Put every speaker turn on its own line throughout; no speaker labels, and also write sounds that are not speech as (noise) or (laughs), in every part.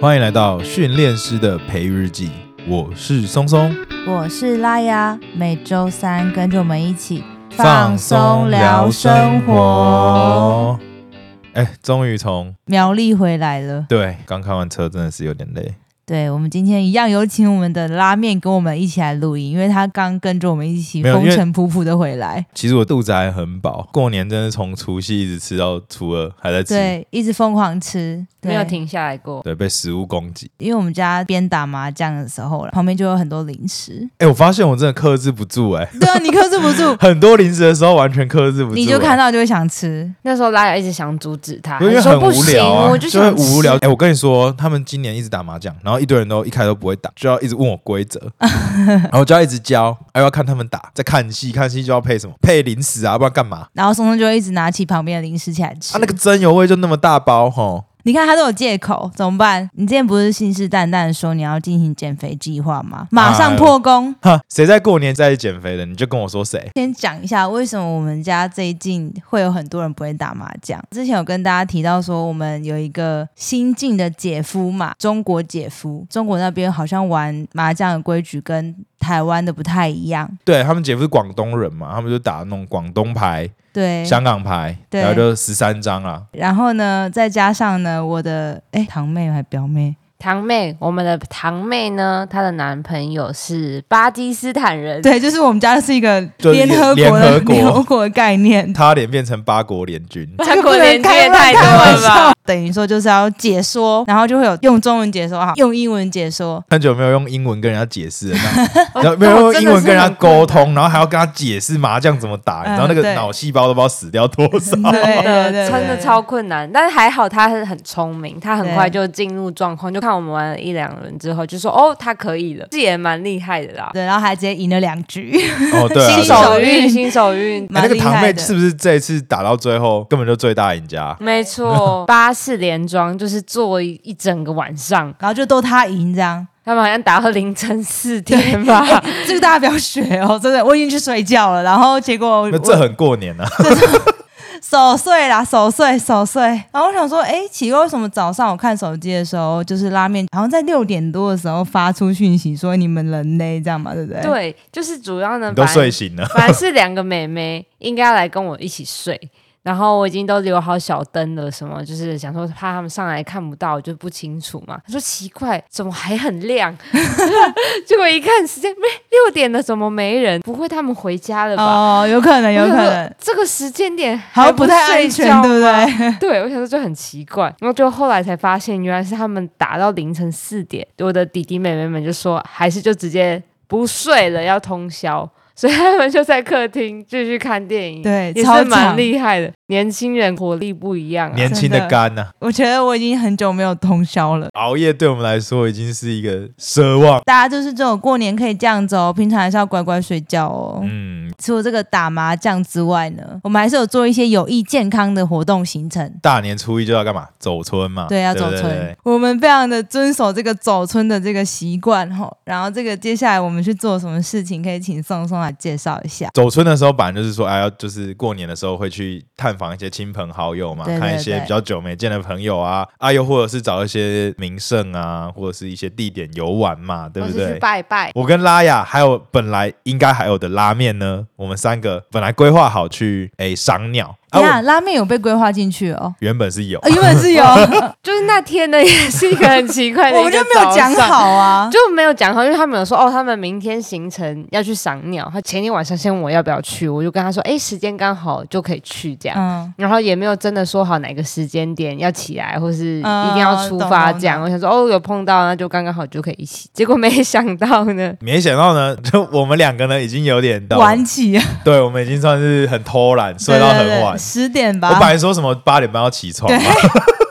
欢迎来到训练师的培育日记，我是松松，
我是拉雅，每周三跟着我们一起。活。。
哎，终于从
苗栗回来了，
对刚开完车，真的是有点累。
对我们今天一样有请我们的拉面跟我们一起来录音，因为他刚跟着我们一起
没有因
风
为
尘仆仆的回来，
其实我肚子还很饱，过年真的从除夕一直吃到初二，还在吃。
对，一直疯狂吃，对
没有。停下来过。
对被食物攻击。
因为我们家边打麻将的时候，旁边就有很多零食。
哎，我发现我真的克制不住，哎，，
(laughs) 对啊，你克制 (laughs) 不住
很多零食的时候完全克制不住，
你就
哎
看到就会想吃。
那时候拉雅一直想阻止他，
因为
啊说
很
不
无
行，
聊啊，
我就
会
想吃
无聊。哎、我跟你说，他们今年一直打麻将，然后一堆人都一开始都不会打，就要一直问我规则，
(laughs)
然后我就要一直教，还要看他们打，在看戏，看戏就要配什么，配零食啊，不然干嘛？
然后松松就会一直拿起旁边的零食起来吃。
啊，那个真油味就那么大包吼，
你看他都有借口，怎么办？你之前不是信誓旦旦说你要进行减肥计划吗？马上破功！
哈，啊谁在过年在减肥的，你就跟我说谁。
先讲一下为什么我们家最近会有很多人不会打麻将。之前有跟大家提到说，我们有一个新晋的姐夫嘛，中国姐夫，中国那边好像玩麻将的规矩跟台湾的不太一样。
对他们姐夫是广东人嘛，他们就打那种广东牌、
哎
对，
香港牌，
对
然后就十三张啊啦。
然后呢，再加上呢，我的哎堂妹还
(laughs)
表妹，
(laughs) 堂妹，我们的堂妹呢，她的男朋友是巴基斯坦人，
对，就是我们家是一个
就是
联合国
联合
的
国
联合国的概念。
他脸变成八国联军，
(laughs)
这个不能开玩笑
开玩 (laughs) 笑，等于说就是要解说，然后就会有用中文解说哈，用英文解说。
很久没有用英文跟人家解释了，那 (laughs)
哦，
然后没有
我
用
真
英
的
文
是
跟人家
很
沟通，然后还要跟他解释麻将怎么打，
嗯
你知道那个
对
脑细胞都不知道死掉多
(laughs)
少。
(laughs) 对对对对，
真的超困难，但是还好他是很聪明，他很快就进入状况。就看我们玩了一两轮之后，就说哦，他可以了，这也蛮厉害的啦。
对，然后还直接赢了两局，
哦，对啊，
新
对啊
手运，新手运，
(laughs) 哎那
蛮
个
厉
堂
害
妹
的。
是不是这一次打到最后根本就最大赢家？
没
(laughs)
错，巴士连庄就是坐一一整个晚上，
然后就都他赢
(laughs)
这样，
他们好像打到凌晨四点吧。
这个大家不要学哦，真的，我已经去睡觉了，然后结果
那这很过年啊！
守岁啦，守岁，守岁。然后我想说，哎，奇怪，为什么早上我看手机的时候，就是拉面，好像在六点多的时候发出讯息说你们人呢，这样嘛，对不对？
对，就是主要呢，
你都
本来
睡醒了，
本来是两个妹妹应该来跟我一起睡，然后我已经都留好小灯了，什么就是想说怕他们上来看不到，我就不清楚嘛。他说奇怪，怎么还很亮？ (laughs) 结果一看时间，没六点了，怎么没人？不会他们回家了吧？
哦，有可能，有可
我想说
能。
这个时间点
好
还
像不太
睡
安全
觉，
对不
吗？
对？
(laughs) 对，我想说就很奇怪，然后就后来才发现，原来是他们打到凌晨四点，我的弟弟妹妹们就说，还是就直接不睡了，要通宵，所以他们就在客厅继续看电
(laughs)
影，
对
也
超
是蛮
强
厉害的，年轻人活力不一样啊。
年轻的
真的
肝呐，
我觉得我已经很久没有通宵了。
熬夜对我们来说已经是一个奢望。
大家就是这种过年可以这样子哦，平常还是要乖乖睡觉哦。
嗯，
除了这个打麻将之外呢，我们还是有做一些有益健康的活动行程。
大年初一就要干嘛？走村嘛。
对，要
不
走村，
啊对对
我们非常的遵守这个走村的这个习惯哈、哦。然后这个接下来我们去做什么事情，可以请宋宋来介绍一下。
走村的时候，本来就是说，哎，要就是过年的时候会去探访一些亲朋好友嘛，
对对
看一些
对
比较久没见的朋友啊，啊，又或者是找一些名胜啊，或者是一些地点游玩嘛，
哦
对
或
不
是
对
去？拜拜，
我跟拉雅还有本来应该还有的拉面呢，我们三个本来规划好去诶赏鸟，啊，
你看、
我
拉面有被规划进去哦。
原本是有
啊，，原本是有，我
就是那天呢，也是一个很奇怪的，
们就没有讲。好啊。
就没有讲好，因为他们有说哦，他们明天行程要去赏鸟。他前天晚上先问我要不要去，我就跟他说，哎，时间刚好就可以去这样。
嗯，
然后也没有真的说好哪个时间点要起来，或是一
嗯
定要出发这样。
懂
我想说哦，有碰到那就刚刚好就可以一起。结果没想到
(laughs)
呢，
没想到呢， (laughs) 就我们两个呢已经有点到，
晚起，
对我们已经算是很偷懒，睡到很晚。
十点吧。
我本来说什么八点半要起床嘛，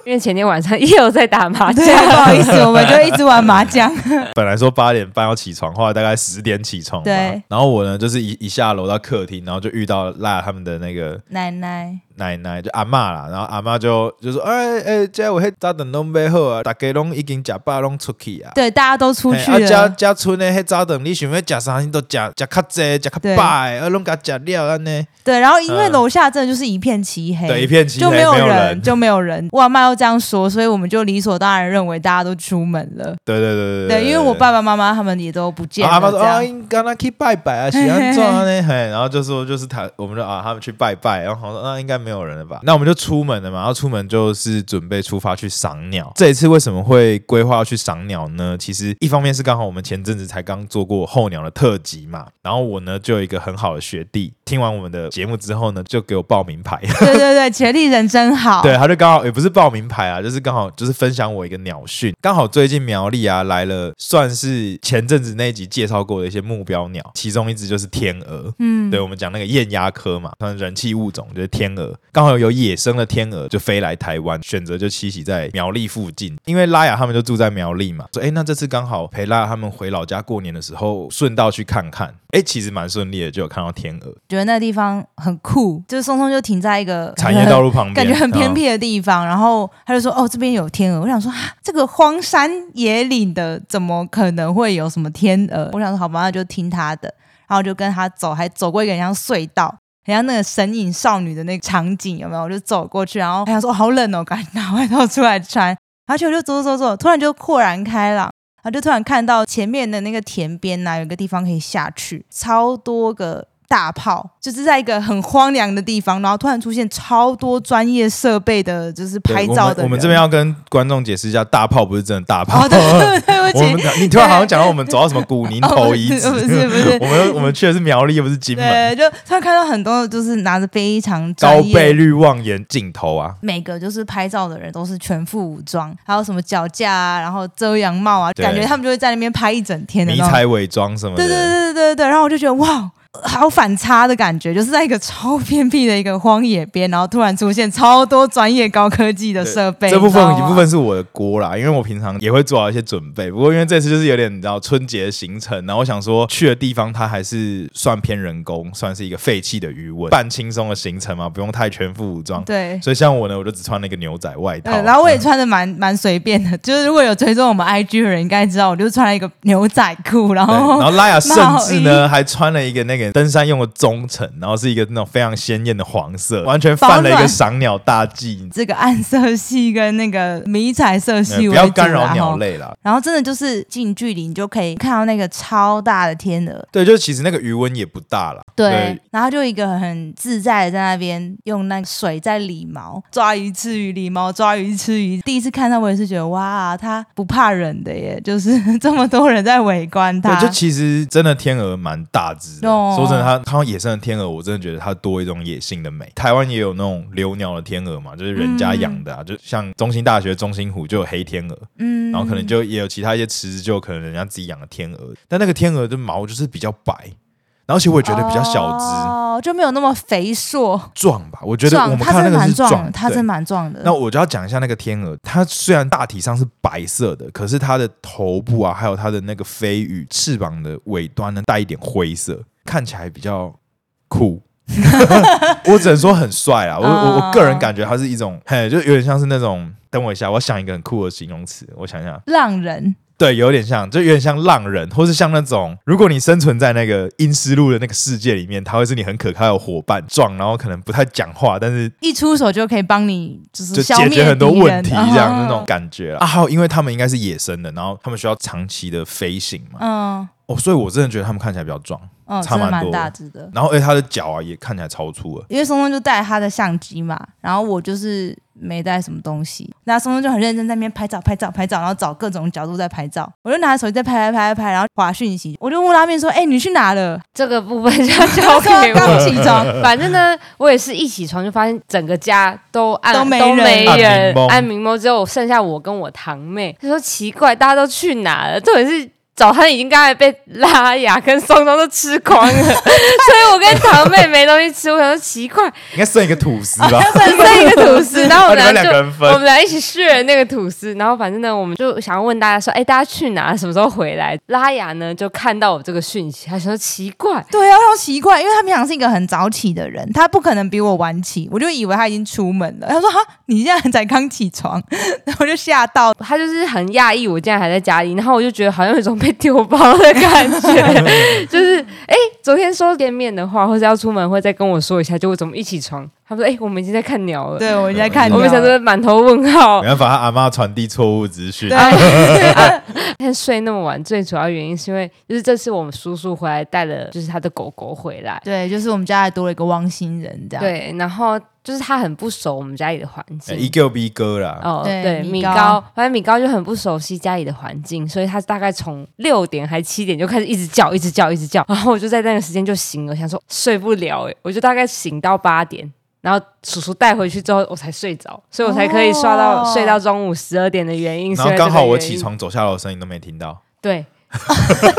因为前天晚上也有在打麻将
对，，不好 (laughs) 意思，我们就一直玩麻将。
本来说八点半要起床，后来大概十点起床嘛。
对
然后我呢就是一一下楼到客厅，然后就遇到拉雅他们的那个
奶奶，
奶奶就阿嬷啦，然后阿嬷就就说，哎、哎、这我迄早顿拢买好啊，大家拢已经食饱拢出去啊。
对，大家都出
嘿
去
啊，
了，
家家村的迄早顿，你想要食啥，你都食食较济，食较
对
饱的，啊，拢甲食了安尼，
对，然后因为
嗯
楼下真的就是一片漆黑，
对，一片漆黑，
就
没
有
人，
就没有人。外卖又这样说，所以我们就理所当然认为大家都出门了。
对对对对
对，因为我爸爸妈妈他们也都不见
啊
了，
阿妈说
这样
啊，应该那去拜拜
(laughs)
啊，喜欢做啊呢，嘿，然后就说就是他，我们就啊他们去拜拜，然后好像说那应该没有人了吧，那我们就出门了嘛，然后出门就是准备出发去赏鸟。这一次为什么会规划去赏鸟呢？其实一方面是刚好我们前阵子才刚做过候鸟的特辑嘛，然后我呢就有一个很好的学弟，听完我们的节目之后呢，就给我报名牌。
对对对，潜力人真好。
对，他就刚好也不是报名牌啊，就是刚好就是分享我一个鸟讯，刚好最近苗栗啊来了，算是前阵子那一集介绍过的一些目标鸟，其中一只就是天鹅。
嗯
对，，我们讲那个雁鸭科嘛，算人气物种就是天鹅，刚好有野生的天鹅就飞来台湾，选择就栖息在苗栗附近，因为拉雅他们就住在苗栗嘛，说哎，诶那这次刚好陪拉雅他们回老家过年的时候，顺道去看看，哎，其实蛮顺利的，就有看到天鹅，
觉得那地方很酷，就是松松就停在一个
产业道路旁边，
感觉很偏
嗯
僻的地方，然后他就说：“哦，这边有天鹅。”我想说，啊这个荒山野岭的，怎么可能会有什么天鹅？我想说，好吧，那就听他的，然后就跟他走，还走过一个很像隧道。很像那个神隐少女的那个场景有没有？我就走过去，然后还想说哦好冷哦，赶紧拿外套出来穿。而且我就走走走走，突然就豁然开朗，然后就突然看到前面的那个田边呐、有一个地方可以下去，超多个大炮，就是在一个很荒凉的地方，然后突然出现超多专业设备的，就是
对
拍照
我们。
的
我们
人
这边要跟观众解释一下，大炮不是真的大炮。
哦，对对不
(laughs) 我
起
们，你突然好像讲到我们走到什么古宁头遗址，
(laughs) 哦不是不是不是
我们我们去的是苗栗，又不是金门。
对，就突然看到很多就是拿着非常专
高
业
倍率望远镜头啊，
每个就是拍照的人都是全副武装，还有什么脚架啊，然后遮阳帽啊，
对
感觉他们就会在那边拍一整天的
迷
那种。
彩伪装什么
对对
的。
对对对对，然后我就觉得哇，好反差的感觉，就是在一个超偏僻的一个荒野边，然后突然出现超多专业高科技的设备。
这部
你
分
知
一
道吗
部分是我的锅啦，因为我平常也会做好一些准备，不过因为这次就是有点你知道春节行程，然后我想说去的地方它还是算偏人工，算是一个废弃的余温，半轻松的行程嘛，不用太全副武装。
对。呃
所以像我呢，我就只穿了一个牛仔外套，嗯
对，然后我也穿的蛮蛮随便的， (laughs) 就是如果有追踪我们 IG 的人应该知道，我就穿了一个牛仔裤，然
对，然
后
后拉雅甚至呢还穿了一个那个登山用的棕橙，然后是一个那种非常鲜艳的黄色，完全犯了一
保
个
暖
赏鸟大忌，
这个暗色系跟那个迷彩色
呃
系
不
为
要
主
干
啦
扰鸟
吼
类啦。
然后真的就是近距离，你就可以看到那个超大的天鹅，
对，就其实那个余温也不大啦。
然后就一个很自在的在那边用那个水在理毛，抓鱼吃鱼，理毛抓鱼吃鱼。第一次看到我也是觉得哇，它不怕人的耶， (laughs) 就是这么多人在围观它
对，，就其实真的天鹅蛮大只的。
哦
说真的，它看到野生的天鹅，我真的觉得它多一种野性的美。台湾也有那种留鸟的天鹅嘛，就是人家养的啊，就像中兴大学中兴湖就有黑天鹅，
嗯
然后可能就也有其他一些池子，就可能人家自己养的天鹅，但那个天鹅的毛就是比较白，然后而且我也觉得比较小只、
哦，就没有那么肥硕，
壮吧，我觉得我
壮，
们
它
看
真
那
的
个
蛮
是
壮的，
壮，
它
对
真的蛮壮的。
那我就要讲一下那个天鹅，它虽然大体上是白色的，可是它的头部啊，还有它的那个飞羽、翅膀的尾端呢，带一点灰色，看起来比较酷。 (laughs) 我只能说很帅啊！我我我个人感觉它是一种，嘿，就有点像是那种。等我一下，我想一个很酷的形容词，我想一下，
浪人，
对，有点像，就有点像浪人，或是像那种，如果你生存在那个阴湿路的那个世界里面，他会是你很可靠的伙伴，壮，然后可能不太讲话，但是
一出手就可以帮你，就是
就
嗯消
解
灭
决很多
敌人
问题，这样那种
嗯
感觉啦啊。还有，因为他们应该是野生的，然后他们需要长期的飞行嘛，
嗯
哦，所以我真的觉得他们看起来比较壮，
嗯，
差
真
蛮
的蛮
多
大只的。
然后而且他的脚啊也看起来超粗了。
因为松松就带他的相机嘛，然后我就是没带什么东西，那松松就很认真在那边拍照、拍照、拍照，然后找各种角度在拍照。我就拿着手机在拍、拍、拍、拍，然后划讯息。我就问拉面说：“哎、你去哪了
这个部分就要？”
他
交 (laughs)
说
给
刚
我。
起床，
反正呢，我也是一起床就发现整个家都暗
都没
都没
人
人
按民工
按明猫，只有剩下我跟我堂妹。就说奇怪，大家都去哪了？重点是。早餐已经刚才被拉雅跟松松都吃
(laughs)
光了，所以我跟堂妹没东西吃。我想说奇怪，
应该剩一个吐司吧？
只剩一个吐
(laughs)
司，然后我
哦你们
俩
两
就
个人
我
分
们俩一起 share 那个吐司，然后反正呢，我们就想要问大家说，哎，大家去哪？什么时候回来？拉雅呢就看到我这个讯息，她想说奇怪，
对啊，好奇怪，因为他平常是一个很早起的人，他不可能比我晚起，我就以为他已经出门了。他说：“哈，你现在才刚起床。”然后我就吓到，
她就是很讶异，我竟然还在家里，然后我就觉得好像有一种被丢包的感
(laughs)
觉，就是哎，昨天说见面的话，或者要出门会再跟我说一下，就我怎么一起床，她说哎，我们已经在看鸟了，
对我在看你，
我们想说满头问号
没，办法，他阿妈传递错误资讯
对。
哎，但睡那么晚，最主要原因是因为就是这次我们叔叔回来带了就是他的狗狗回来，
对，就是我们家还多了一个汪星人这样。
对，然后就是他很不熟我们家里的环
哎
境。
一个逼哥啦，
哦，
对
对，
米
米
高
高，反正米高就很不熟悉家里的环境，所以他大概从六点还七点就开始一直叫，一直叫，一直叫，然后我就在那个时间就醒了，想说睡不了、欸，我就大概醒到八点，然后叔叔带回去之后我才睡着，所以我才可以刷到、
哦
睡到中午十二点的原因。
然后刚好我起，床走下楼的声音都没听到，
对， (laughs)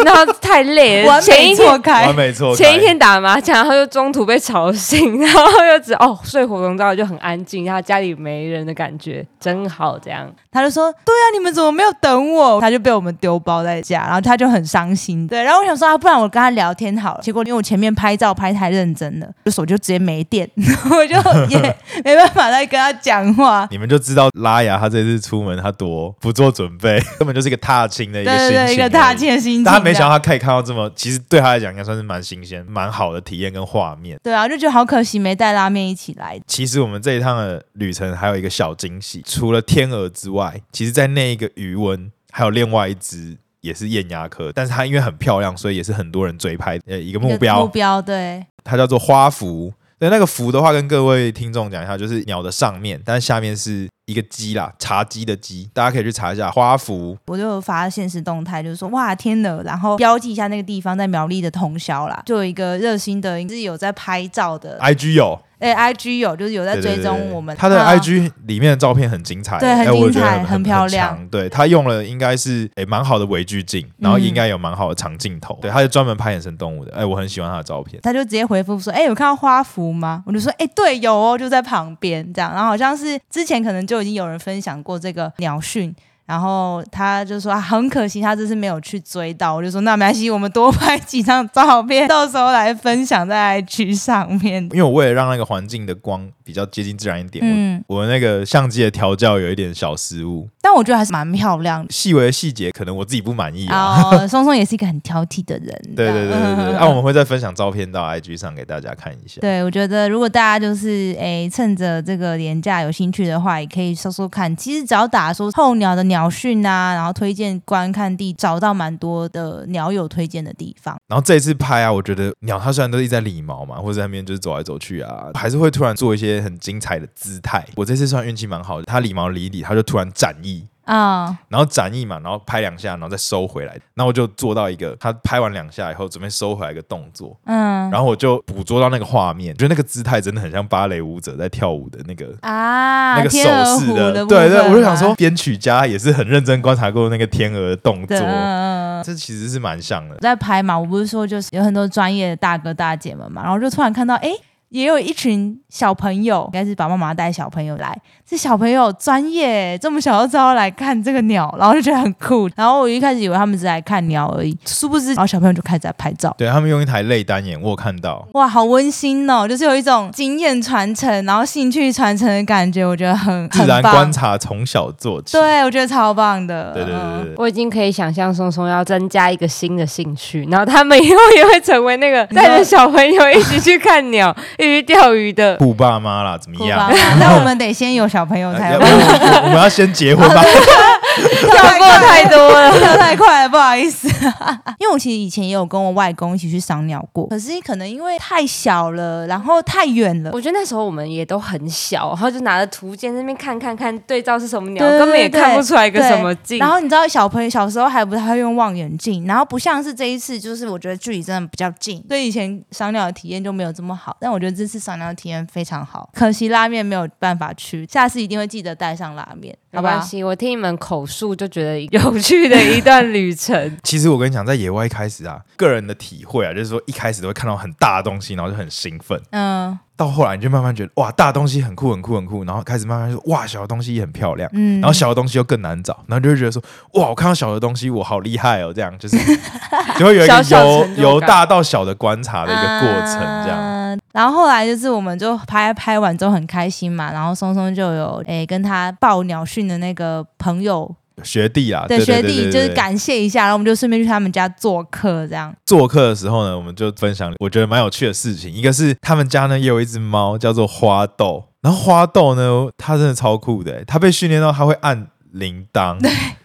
然后太累了，
完
前
美
一天
错开
完，美哦错开。
前一天打麻将，然后又中途被吵醒，然后又只哦睡火笼觉就很安静，然后家里没人的感觉真好，这样
他就说：“对啊，你们怎么没有等我？”他就被我们丢包在家，然后他就很伤心。对，然后我想说啊，不然我跟他聊天好了。结果因为我前面拍照拍太认真了，就手就直接没电， (laughs) 我就
(laughs)
也没办法再跟他讲 (laughs) 话。
你们就知道拉雅他这次出门他多不做准备， (laughs) 根本就是一个踏青的一
对
个心
对
情而已。
对，一个踏青的心情。啊
但他没想到他可以看到这么，其实对他来讲应该算是蛮新鲜、蛮好的体验跟画面。
对啊，就觉得好可惜没带拉面一起来。
其实我们这一趟的旅程还有一个小惊喜，除了天鹅之外，其实在那一个余温还有另外一只也是艳鸦科，但是它因为很漂亮，所以也是很多人追拍的一个目
一个
标
目。标对，
它叫做花蝠。对，那个蝠的话，跟各位听众讲一下，就是鸟的上面，但是下面是一个鸡啦，茶鸡的鸡，大家可以去查一下花蝠。
我就有发现实动态，就是说哇天哪，然后标记一下那个地方在苗栗的通宵啦，就有一个热心的是有在拍照的，
IG 有，
哎、i g 有就是有在
啊对对
追
对
踪
对
我们
他的
啊
IG 里面的照片很精彩，
对很
哎我觉
精
得
彩
很
很漂亮。嗯
强对他用了应该是诶蛮好的微距镜，然后应该有蛮好的长镜头，对，他是专门拍野生动物的，哎，我很喜欢他的照片。
他就直接回复说：“哎、有看到花符吗？”我就说：“哎、对，有哦，就在旁边这样。”然后好像是之前可能就已经有人分享过这个鸟讯，然后他就说、啊很可惜他这次没有去追到。我就说：“那没关系，我们多拍几张照片，到时候来分享在 IG 上面。
因为我为了让那个环境的光比较接近自然一”点，
嗯，
我我那个相机的调教有一点小失误，
但我觉得还是蛮漂亮的。
细微的细节可能我自己不满意啊。
哦，松松也是一个很挑剔的人。
对对对对对，啊
嗯
那我们会再分享照片到 IG 上给大家看一下。
对，我觉得如果大家就是诶趁着这个廉价有兴趣的话，也可以搜搜看。其实只要打说候鸟的鸟讯啊，然后推荐观看地，找到蛮多的鸟友推荐的地方。
然后这一次拍啊，我觉得鸟它虽然都一直在理毛嘛，或者在那边就是走来走去啊，还是会突然做一些很精彩的姿态。我这次算运气蛮好的，它理毛理一理，它就突然展翼，
啊、
然后展翼嘛，然后拍两下，然后再收回来。那我就做到一个，它拍完两下以后准备收回来一个动作，
嗯，
然后我就捕捉到那个画面，觉得那个姿态真的很像芭蕾舞者在跳舞的那个。
啊，
那个
天鹅
手势
湖的部分
对
啊，
对，我就想说，编曲家也是很认真观察过那个天鹅的动
对，
作
嗯，嗯嗯
这其实是蛮像的
我。在拍嘛，我不是说就是有很多专业的大哥大姐们嘛，然后就突然看到，哎，也有一群小朋友，应该是爸爸妈妈带小朋友来，这小朋友专业这么小就知道来看这个鸟，然后就觉得很酷。然后我一开始以为他们只来看鸟而已，殊不知，然后小朋友就开始在拍照。
对他们用一台类单眼，我有看到，
哇，好温馨哦！就是有一种经验传承，然后兴趣传承的感觉，我觉得很
自
很
然
棒
观。察从小做起。
对，我觉得超棒的。
对对
嗯
对对对。
我已经可以想象松松要增加一个新的兴趣，然后他们以后也会成为那个
你说
带着小朋友一起去看鸟、 (laughs) 一起去钓鱼的。
酷爸妈啦，怎么
酷
样
爸？爸，嗯 (laughs) 那我们得先有小朋友
哎
才
(laughs) 要
有
不。然我我我们要先结婚 (laughs) 吧？。
(laughs) 跳
过太多
了，跳太快了，不好意思。 (laughs) 因为我其实以前也有跟我外公一起去赏鸟过，可是可能因为太小了，然后太远了。
我觉得那时候我们也都很小，然后就拿着图鉴在那边看看看，对照是什么鸟，
对对
根本也
对
看不出来一个
对
什么镜。
然后你知道小朋友小时候还不太会用望远镜，然后不像是这一次，就是我觉得距离真的比较近，所以以前赏鸟的体验就没有这么好。但我觉得这次赏鸟的体验非常好，可惜拉面没有办法去，下次一定会记得带上拉面。
(laughs) 没
好吧
关系，我听你们口述就觉得有趣的一段旅程
其实我跟你讲，在野外一开始啊，个人的体会啊，就是说一开始都会看到很大的东西，然后就很兴奋，
嗯
到后来你就慢慢觉得哇，大的东西很酷很酷很酷，然后开始慢慢说哇，小的东西也很漂亮。
嗯，
然后小的东西又更难找，然后就会觉得说，哇，我看到小的东西，我好厉害哦，这样就是
(laughs)
就会有一个
小小
由
成就感
由大到小的观察的一个过程，这样。
嗯然后后来就是，我们就拍拍完之后很开心嘛，然后松松就有诶、跟他报鸟讯的那个朋友
学弟啊，
的
对对
学
对
弟，
对
就是
对
感谢一下，然后我们就顺便去他们家做客，这样。
做客的时候呢，我们就分享我觉得蛮有趣的事情，一个是他们家呢也有一只猫叫做花豆，然后花豆呢它真的超酷的欸，它被训练到它会按铃
(laughs)
铛，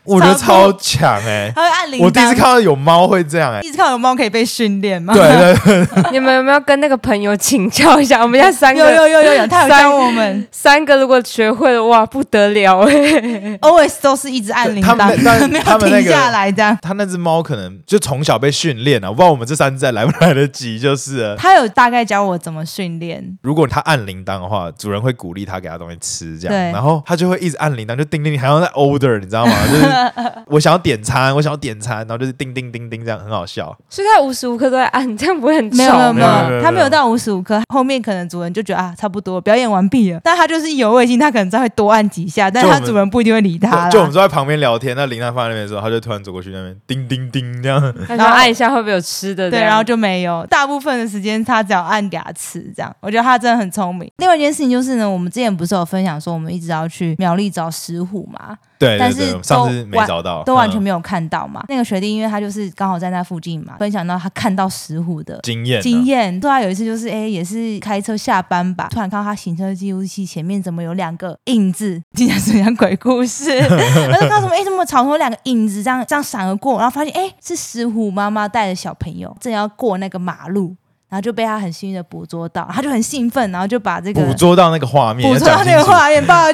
我觉得
超
超强哎、
他会按 (laughs) 铃铛，
我第一次看到有猫会这样
(laughs)
哎、
第一次看到有猫可以被训练吗？
对
(laughs)
对对，
(laughs) 你们有没有跟那个朋友请教一下？我们家三
有
个
有有有有，他有
三
教我们
三个如果学会了，哇，不得了哎、
(laughs) ，always 都是一直按铃
他们那
(laughs) 铛，没
他
有
们那个
停下来这样。
它那只猫可能就从小被训练了，我不知道我们这三只还来不来得及，就是了
他有大概教我怎么训练，
如果它按铃铛的话，主人会鼓励它给它东西吃，这样，
对
然后它就会一直按铃铛，就叮叮叮，好像在 order，你知道吗？就是我想要点餐，我想要点餐，然后就是叮叮叮叮这样，很好笑。
(laughs) 所以他无时无刻都在按，这样不会很
没有没
吵
有没
没有没有没
有，
有
他没有到五十五颗，后面可能主人就觉得啊差不多表演完毕了，但他就是意犹未尽，他可能再会多按几下，但是
就
他
我们
主人不一定会理他啦
就就我们坐在旁边聊天，那铃铛放在那边的时候，它就突然走过去那边叮叮叮这样。
然后按一下会不会有吃的这
对，啊
样？
然后就没有。大部分的时间他只要按牙齿这样，我觉得他真的很聪明。另外一件事情就是呢，我们之前不是有分享说我们一直要去苗栗找石虎嘛，
对对
但是
对，
都
我们上次没找到，
都完全
嗯
没有看到嘛。那个学弟因为他就是刚好在那附近嘛，分享到他看到石虎的。
经验啊。
经验对啊，有一次就是哎、也是开车下班吧，突然看到他行车记录器前面怎么有两个影子， (laughs) 竟然是很像鬼故事。 (laughs) 然后就看到什么哎、怎么草丛有两个影子这样这样闪而过，然后发现哎、是石虎妈妈带着小朋友正要过那个马路，然后就被他很幸运的捕捉到，他就很兴奋，然后就把这个
捕捉到那个画面，
捕捉到那
要讲
个
清楚
画面，抱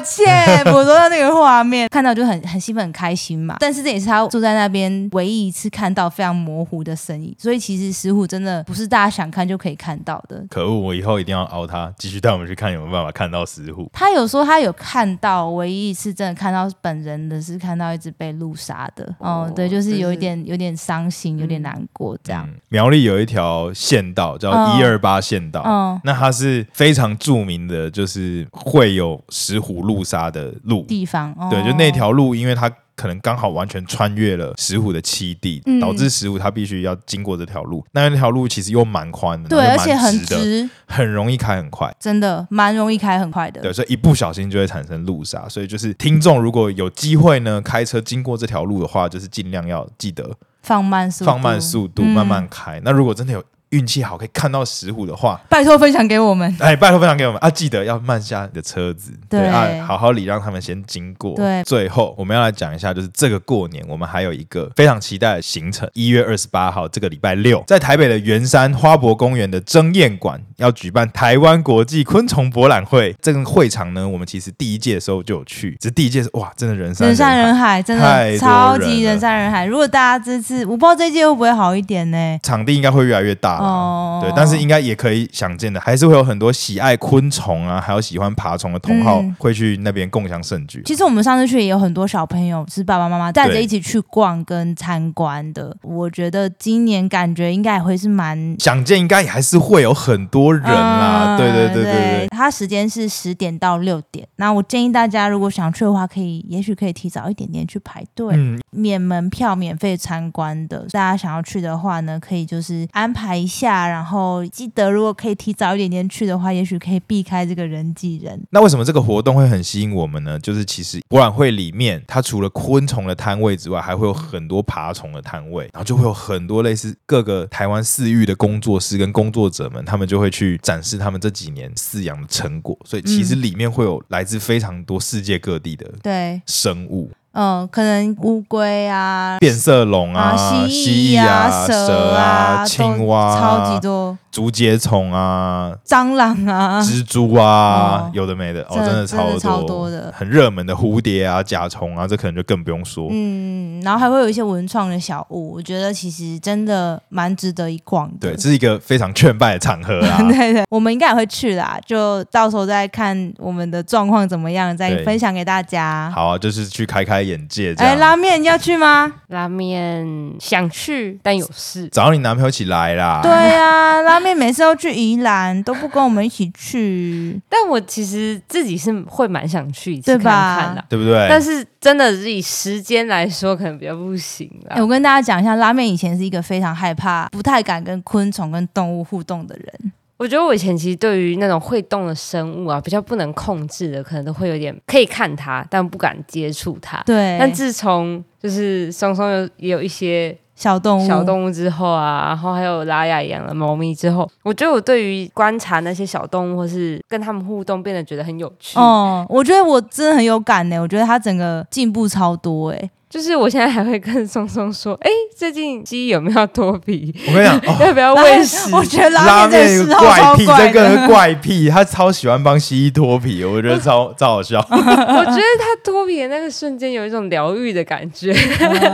(laughs)
歉，捕捉到那个画面，看到就很很兴奋、很开心嘛。但是这也是他住在那边唯一一次看到非常模糊的身影，所以其实石虎真的不是大家想看就可以看到的。
可恶！我以后一定要熬它，继续带我们去看有没有办法看到石虎。
他有说他有看到，唯一一次真的看到本人的是看到一只被路杀的，哦、
哦
对，就是
真
有一
是
点有点伤心，有点
嗯
难过这样。
嗯苗栗有一条县道叫
嗯
一二八县道，
嗯
那它是非常著名的，就是会有石虎路杀的路。
地方，哦、
对，就那条路，因为它可能刚好完全穿越了石虎的栖地，
嗯
导致石虎它必须要经过这条路。那那条路其实又蛮宽的，
对，
然
而
后
且
又蛮
很
直的，
直，
很容易开很快。
真的蛮容易开很快的。
对，所以一不小心就会产生路杀。所以就是听众如果有机会呢，开车经过这条路的话，就是尽量要记得
放慢速度，
放慢速度，
嗯
慢慢开。那如果真的有运气好可以看到石虎的话， (laughs)
拜托分享给我们。
哎，拜托分享给我们啊！记得要慢下你的车子，
对
啊，好好礼让他们先经过。
对
最后我们要来讲一下，就是这个过年我们还有一个非常期待的行程，一月二十八号这个礼拜六，在台北的圆山花博公园的争艳馆要举办台湾国际昆虫博览会。这个会场呢，我们其实第一届的时候就有去，只是第一届是哇，真的人山
人山
海
人海，真
太多
的
人
超级
了
人山人海。如果大家这次，我不知道这一届会不会好一点呢？
场地应该会越来越大啦
哦
对，但是应该也可以想见的，还是会有很多喜爱昆虫啊，还有喜欢爬虫的同好、
嗯
会去那边共享盛举。
其实我们上次去也有很多小朋友是爸爸妈妈带着
对
一起去逛跟参观的。我觉得今年感觉应该也会是蛮
想见应该也还是会有很多人啦，
嗯
对对对对
对
对，
它时间是十点到六点。那我建议大家如果想去的话，可以也许可以提早一点点去排队。
嗯，
免门票、免费参观的，大家想要去的话呢，可以就是安排一下，然后记得如果可以提早一点点去的话，也许可以避开这个人挤人。
那为什么这个活动会很吸引我们呢？就是其实博览会里面，它除了昆虫的摊位之外，还会有很多爬虫的摊位，然后就会有很多类似各个台湾饲育的工作室跟工作者们，他们就会去展示他们这几年饲养的成果，所以其
嗯
实里面会有来自非常多世界各地的
对，
生物，
嗯、可能乌龟啊、
变色龙啊、
啊、
蜥蜴
蜴啊、蛇
蛇啊、青蛙啊、
超级多。
竹节虫啊、
蟑螂啊，
蜘蛛啊
哦，
有的没的，哦，
真的
的
真的
超
超多的
很热门的蝴蝶啊、甲虫啊，这可能就更不用说。
嗯，然后还会有一些文创的小物，我觉得其实真的蛮值得一逛的。。
对，这是一个非常劝败的场合啊
(laughs) 对对，我们应该也会去啦，就到时候再看我们的状况怎么样，再
对
分享给大家。
好啊，就是去开开眼界这
哎，
样。
拉面要
(laughs)
去吗？
拉面想去，但有事。
找你男朋友一起来啦。
对呀、拉面每次都去宜兰，都不跟我们一起
(laughs)
去。
但我其实自己是会蛮想去一次
对
看
吧
看的，
对不对？
但是真的是以时间来说，可能比较不行
啊
啦
哎，。我跟大家讲一下，拉面以前是一个非常害怕、不太敢跟昆虫、跟动物互动的人。
我觉得我以前其实对于那种会动的生物啊，比较不能控制的，可能都会有点可以看它，但不敢接触它。
对，
但自从就是松松有也有一些
小动物，
小动物之后啊，然后还有拉雅养了猫咪之后，我觉得我对于观察那些小动物或是跟它们互动，变得觉得很有趣。
哦，我觉得我真的很有感呢、我觉得他整个进步超多哎、
就是我现在还会跟松松说，哎、最近鸡有没有脱皮？ (laughs)
我跟你讲，哦，
要不要喂食？
我觉得
拉
(laughs) 拉面这
有
个嗜
个
好
怪
超
癖，
怪
这个
的 (laughs)
人。怪癖，他超喜欢帮蜥蜴脱皮，我觉得超超好笑。
我觉得它脱皮的那个瞬间有一种疗愈的感觉，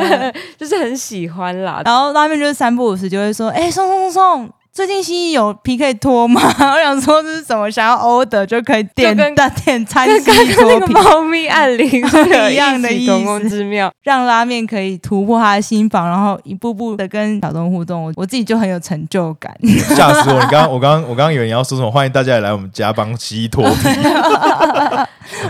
(laughs) 就是很喜欢啦。
然后拉面就是三不五时就会说：“哎、送送送送，最近蜥蜴有皮可以脱吗？” (laughs) 我想说这是什么，想要 order 就可以点
就跟
大点餐
跟
蜥蜴
那
脱
个
皮，
猫咪按铃是
(laughs) 一样的意思
异曲同工之妙。
让拉面可以突破他的心房，然后一步步的跟小动物互动，我我自己就很有成就感。 (laughs)
(laughs) 吓死我！你刚刚，我刚刚，我刚刚以为你要说什么，欢迎大家也来我们家帮蜥蜴脱皮。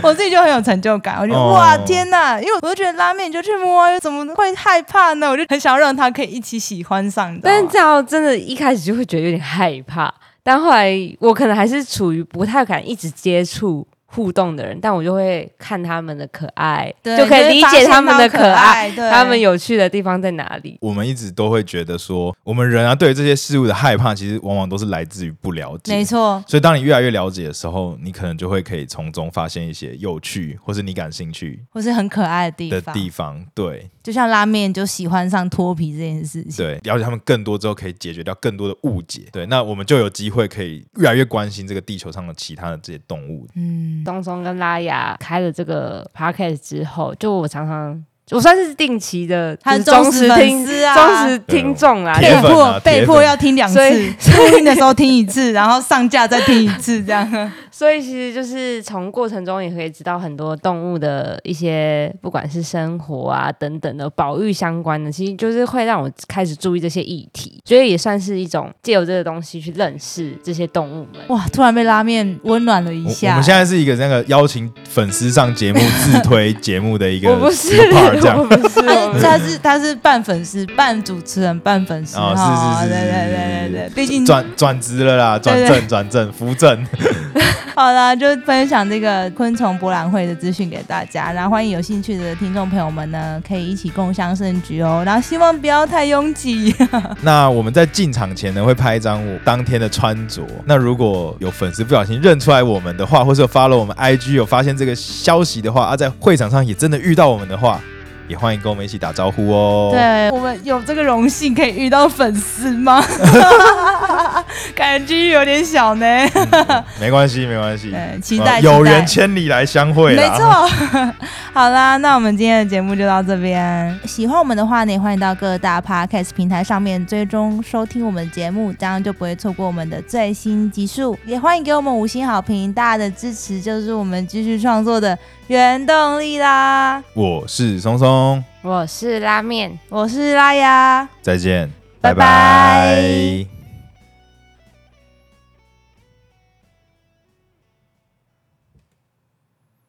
我自己就很有成就感，我就、
哦
哇天哪！因为我就觉得拉面你就去摸啊，又怎么会害怕呢？我就很想要让他可以一起喜欢上的。
但是这样真的，一开始就会觉得有点害怕，但后来我可能还是处于不太敢一直接触。互动的人，但我就会看他们的可爱，
对
就可以理解他们的
就是发现到可
爱，
爱对
他们有趣的地方在哪里。
(laughs) 我们一直都会觉得说，我们人啊，对于这些事物的害怕，其实往往都是来自于不了解。
没错，
所以，当你越来越了解的时候，你可能就会可以从中发现一些有趣或是你感兴趣
或是很可爱的地
的
方，
地方。对
就像拉面就喜欢上脱皮这件事情。
对，了解他们更多之后，可以解决掉更多的误解。对，那我们就有机会可以越来越关心这个地球上的其他的这些动物。
嗯，
东松跟拉雅开了这个 podcast 之后，就我常常我算是定期的，
他
就是忠
忠实
听
粉丝啊
忠实听众啦，
对
被
铁粉
迫、
啊铁
被
粉
迫要听两次
所以，
录音的时候听一次， (laughs) 然后上架再听一次，这
(laughs)
样。
所以其实就是从过程中也可以知道很多动物的一些，不管是生活啊等等的保育相关的，其实就是会让我开始注意这些议题，觉得也算是一种借由这个东西去认识这些动物们。
哇，突然被拉面温暖了一
我我
下。
们现在是一个那个邀请粉丝上节目自推节目的一个
我不是，
一个 part 这
我
样。
不是，
他 (laughs)
我不
是
是
啊他是他是半粉丝半主持人半粉丝
哦
哈
是是是
对
是
对
是
对
是
对对，毕竟
转转职了啦，转
对对
正转正扶
(laughs)
正，
好了，就分享这个昆虫博览会的资讯给大家，然后欢迎有兴趣的听众朋友们呢，可以一起共襄盛举哦。然后希望不要太拥挤。
那我们在进场前呢，会拍一张我当天的穿着。那如果有粉丝不小心认出来我们的话，或是有 follow 我们 IG 有发现这个消息的话，啊，在会场上也真的遇到我们的话，也欢迎跟我们一起打招呼哦。，
对我们有这个荣幸可以遇到粉丝吗？感觉有点小呢。
(laughs) 没关系，没关系，
对期
啊
待期待
嗯有缘千里来相会
没
啦。
错， (laughs) 好啦，那我们今天的节目就到这边。喜欢我们的话呢，也欢迎到各大 podcast 平台上面追踪收听我们的节目，这样就不会错过我们的最新集数。也欢迎给我们五星好评，大家的支持就是我们继续创作的原动力啦。
我是松松，
我是拉面。
我是拉雅。
再见，
拜拜
拜拜